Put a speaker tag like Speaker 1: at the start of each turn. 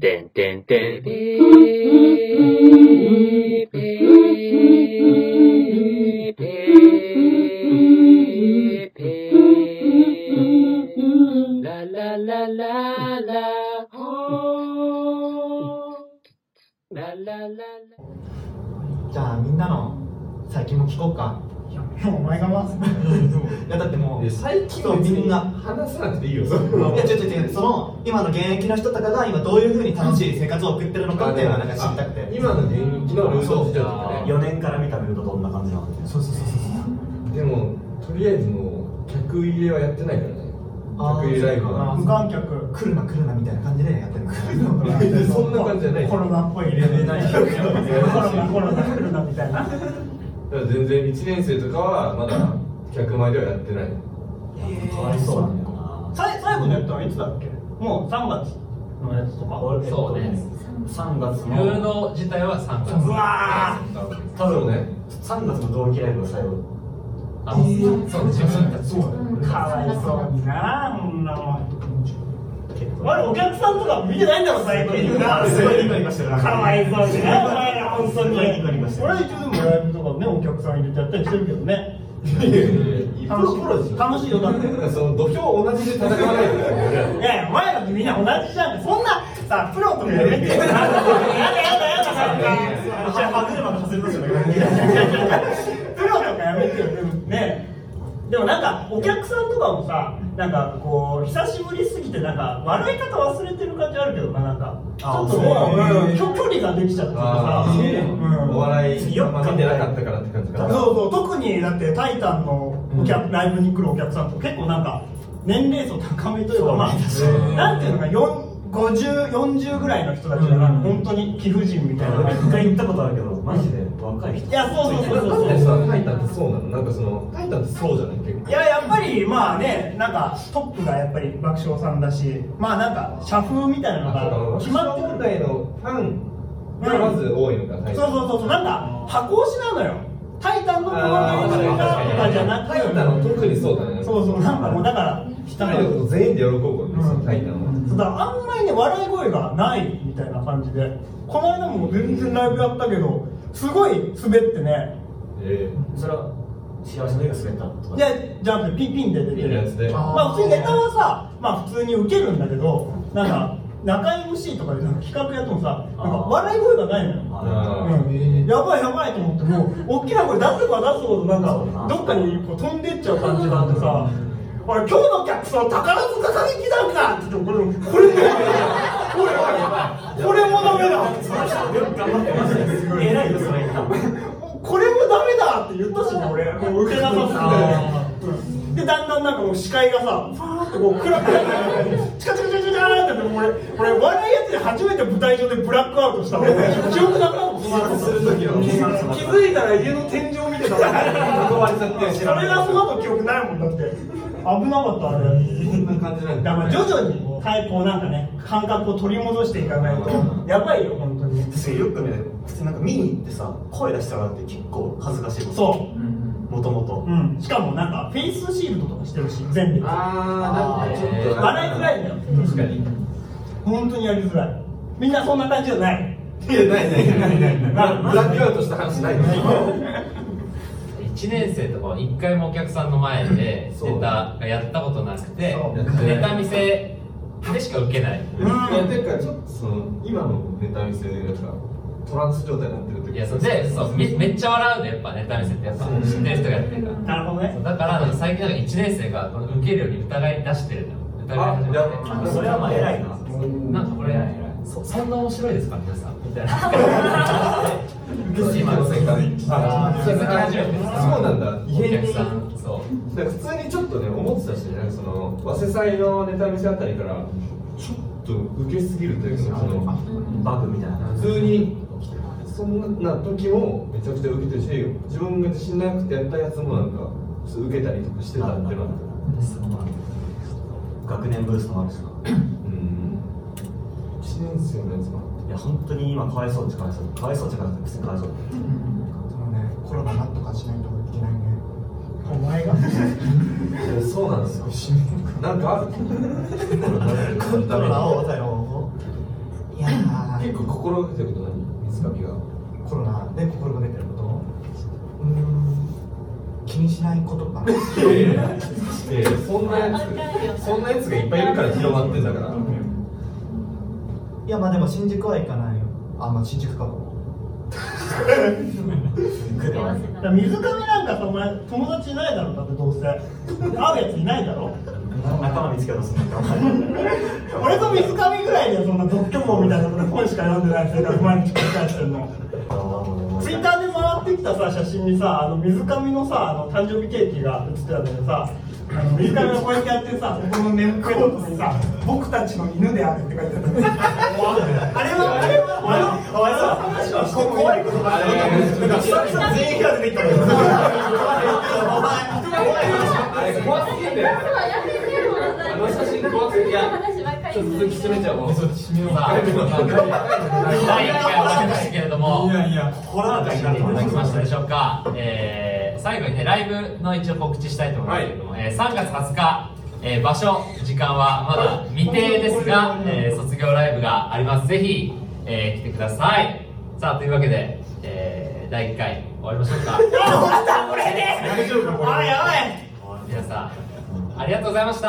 Speaker 1: てんてんてん。
Speaker 2: ラララララホーララララ
Speaker 3: じゃあみんなの最近も聞こうか
Speaker 4: いや、もうお前が回す。
Speaker 3: いやだってもうい
Speaker 5: 最近
Speaker 3: そうみんな
Speaker 5: 話さなくていいよ。
Speaker 3: や違う違う違うその今の現役の人とかが今どういうふうに楽しい生活を送ってるのかっていうのはなんか知りたくて
Speaker 5: 今の現役のルート時代とかね。
Speaker 6: 4年から見た目だとどんな感じなの
Speaker 4: そうそうそうそう。
Speaker 5: でも、とりあえずもう、客入れはやってないからね。
Speaker 3: あー
Speaker 5: 客入れライブ
Speaker 3: あ
Speaker 5: は。
Speaker 4: 無観客。
Speaker 3: 来るな来るなみたいな感じでやってるのか
Speaker 4: そん
Speaker 5: そんな感じじゃない
Speaker 4: コロナっぽい入れてない。コロナ、コロナ、コロナみたいな。
Speaker 5: だから全然1年生とかは、まだ客前ではやってない。
Speaker 6: かわいそうなんだよな
Speaker 4: さい最後のやったのはいつだっけもう3月のやつとか。
Speaker 7: そうね。
Speaker 6: 3月
Speaker 7: 有
Speaker 6: の
Speaker 7: 能自体は3月。
Speaker 4: うわ
Speaker 6: 多分
Speaker 5: そうね
Speaker 6: ね3月の同期ライブが最後
Speaker 7: あのそう、自分たち。
Speaker 4: ーかわいそうにな、こんなもん。
Speaker 6: 結
Speaker 4: お
Speaker 6: 構
Speaker 4: 前お客さんとか見てないんだろ、最近。言うな。
Speaker 6: すごいニコニコしてるな
Speaker 4: かわいそうにな、お前ら、本当に。
Speaker 6: ニコニコしてる
Speaker 4: 俺は一応でもライブとかね、お客さん入れてやったりしてるけどね。楽しい。楽しいよ、だって。
Speaker 5: その土俵同じで戦わないでください
Speaker 4: いやいや、お前らとみんな同じじゃん。そんな、さ、プロとかやめてよ。やだやだやだ、なんか。じゃあ、歯車が外れましたね。プロとかやめてよ、でもね。でもなんか、お客さんとかもさ、なんかこう、久しぶりすぎて、なんか、笑い方忘れてる感じあるけどな、なんか。ちょっともう、うん距離ができちゃってさ
Speaker 5: あ。ーお笑い、
Speaker 4: よ
Speaker 5: あん
Speaker 4: く
Speaker 5: ま
Speaker 4: 考
Speaker 5: 見
Speaker 4: え
Speaker 5: て
Speaker 4: た
Speaker 5: な
Speaker 4: ら
Speaker 5: かったからって感じか
Speaker 4: そう
Speaker 5: な。
Speaker 4: そう特にだって「タイタン」のお客、ライブに来るお客さんと結構なんか年齢層高めというかまあなんていうのか5040ぐらいの人たちがなんか本当に貴婦人みたいな感
Speaker 6: 一
Speaker 4: じ
Speaker 6: 回行ったことあるけどマジで若い人
Speaker 4: いやそうそうそう
Speaker 5: なん
Speaker 4: そう
Speaker 5: で
Speaker 4: そ
Speaker 5: さ、
Speaker 4: う
Speaker 5: タイタンってそうなのなんかその、タイタンってそうじゃない結構
Speaker 4: い。ややっぱりまあねなんかトップがやっぱり爆笑さんだしまあなんか社風みたいなのが決
Speaker 5: 決
Speaker 4: ま
Speaker 5: ま
Speaker 4: っ
Speaker 5: ってて問題
Speaker 4: くる
Speaker 5: のファンがまず多いのか、タイ
Speaker 4: そう
Speaker 5: タン。
Speaker 4: そうそうそうなんか箱推しなのよ「タイタン」のプロデューサーとかじゃなく
Speaker 5: タイタンは特にそうだね。
Speaker 4: そうそうなんかもうだから
Speaker 5: 一人のこと全員で喜ぶんですよ、タイタンは。
Speaker 4: だからあんまりね笑い声がないみたいな感じでこの間も全然ライブやったけどすごい滑ってね
Speaker 5: え
Speaker 6: それは幸せの絵が滑ったとか
Speaker 4: でじゃなくてピンピンで出て
Speaker 5: ピンのやつ
Speaker 4: る
Speaker 5: で
Speaker 4: まあ普通にネタはさまあ普通にウケるんだけどなんか中居 MC とかでなんか企画やってもさなんか笑い声がないのよ
Speaker 6: あ
Speaker 4: うんやばいやばいと思ってもう大きな声出せば出すほどなんかどっかにこう飛んでっちゃう感じがあってさ「俺今日のお客さん宝塚歌劇団か!」って言ってこれこれもこれもダメだ
Speaker 6: ー偉いよそれ言ったの
Speaker 4: これもダメだって言ったしね俺もう受けなさすぎてうんでだんだんなんかもう視界がさファーってこう暗くなってチカチカチカチカチカってもう俺俺笑いやつで初めて舞台上でブラックアウトした俺記憶なくなったその後
Speaker 5: するときの
Speaker 4: 気づいたら家の天井見てたそれ
Speaker 5: 囲われちゃって、
Speaker 4: がその後記憶ないもんだって危なかったあれ
Speaker 5: そんな感じなん
Speaker 4: だ
Speaker 5: だ。
Speaker 4: から徐々にはいこうなんかね感覚を取り戻していかないとやばいよ本当に
Speaker 6: 確かによくね普通なんか見に行ってさ声出したらって結構恥ずかしいこと
Speaker 4: そう
Speaker 6: もともと
Speaker 4: うん、しかもなんかフェイスシールドとかしてるし全部笑
Speaker 5: あー、なんかちょっと。
Speaker 4: いづらいんだよ
Speaker 5: 確かに。
Speaker 4: 本当にやりづらいみんなそんな感じじゃない
Speaker 5: いや、ないないないないない。ブラックアウトした話ないの
Speaker 7: 1年生とかは1回もお客さんの前で
Speaker 5: そう
Speaker 7: ネタがやったことなくて
Speaker 5: そう
Speaker 7: ネタ見せでしか受けない
Speaker 5: いや、ていうか、ちょっとその、今のネタ見せで、なんか、トランス状態になってる時
Speaker 7: いやそうでそうめめっちゃ笑うのやっぱネタ見せってやっぱ知ってる人がやってるから
Speaker 4: なるほど
Speaker 7: そ
Speaker 4: ね
Speaker 7: うだからなんか最近なんか1年生がこの受けるより疑い出してるの疑い出して
Speaker 5: あいや
Speaker 6: それはまあ偉いな
Speaker 7: なんかこれそそんな面白いですか皆さんみたいなそう
Speaker 5: 今
Speaker 7: 今
Speaker 5: の世界
Speaker 7: あー気づき始めて
Speaker 5: そうなんだ
Speaker 7: お客さんそう
Speaker 5: なんか普通にちょっとね思ってたしねなんかその早稲祭のネタ見せあたりからちょっと受けすぎるというかその
Speaker 6: バグみたいな感じ
Speaker 5: 普通にそんな時もめちゃくちゃ受けてるし自分が自信なくてやったやつもなんか受けたりとかしてたっていうのは
Speaker 6: 学年ブーストもあるしな
Speaker 5: うん1年生のやつも
Speaker 6: いや本当に今かわいそうってかわいそうかわいそうってかわいそう普通にかわいそう
Speaker 3: でもねコロナなんとかしないといけないね
Speaker 4: お前 が
Speaker 5: そうなんですよなんかある
Speaker 3: コロナを抑えよういやー
Speaker 5: 結構心がけてること何水上が
Speaker 3: コロナで心がけてることうーん気にしないことかな
Speaker 5: えーそんなやつそんなやつがいっぱいいるから広まってんだから
Speaker 3: いやまあでも新宿は行かないよあまあ新宿か
Speaker 4: だから水上なんかさお前友達いないだろだってどうせ会うやついないだろ
Speaker 6: 仲間見つけ出すんだって
Speaker 4: 俺と水上ぐらいでそんな独居房みたいなので本しか読んでない生活毎日繰り返してるのツイッターで回ってきたさ写真にさあの水上のさあの誕生日ケーキが写ってたんだけどさあの水上のこうやってやってさここのネームプレートにさ「僕たちの犬である」って書いてあったあれはあれはあのあれは話はしてもいいことだ
Speaker 6: なんかスタッフさん全員が出てきたけど
Speaker 7: あれ怖すぎんだよあの写真怖すぎいやちょっと続き進めちゃうもうさあ第1回終わりましたけれども
Speaker 6: いやホラー界になって
Speaker 7: いただきました
Speaker 6: ね
Speaker 7: でしょうか、えー最後にねライブの一応告知したいと思いますけれども、えー3月20日、えー場所時間はまだ未定ですが、えー卒業ライブがありますぜひ、えー来てくださいさあというわけで、えー第1回終わりましょうか
Speaker 6: 大丈夫かこれ
Speaker 4: あやばい
Speaker 7: 皆さんありがとうございました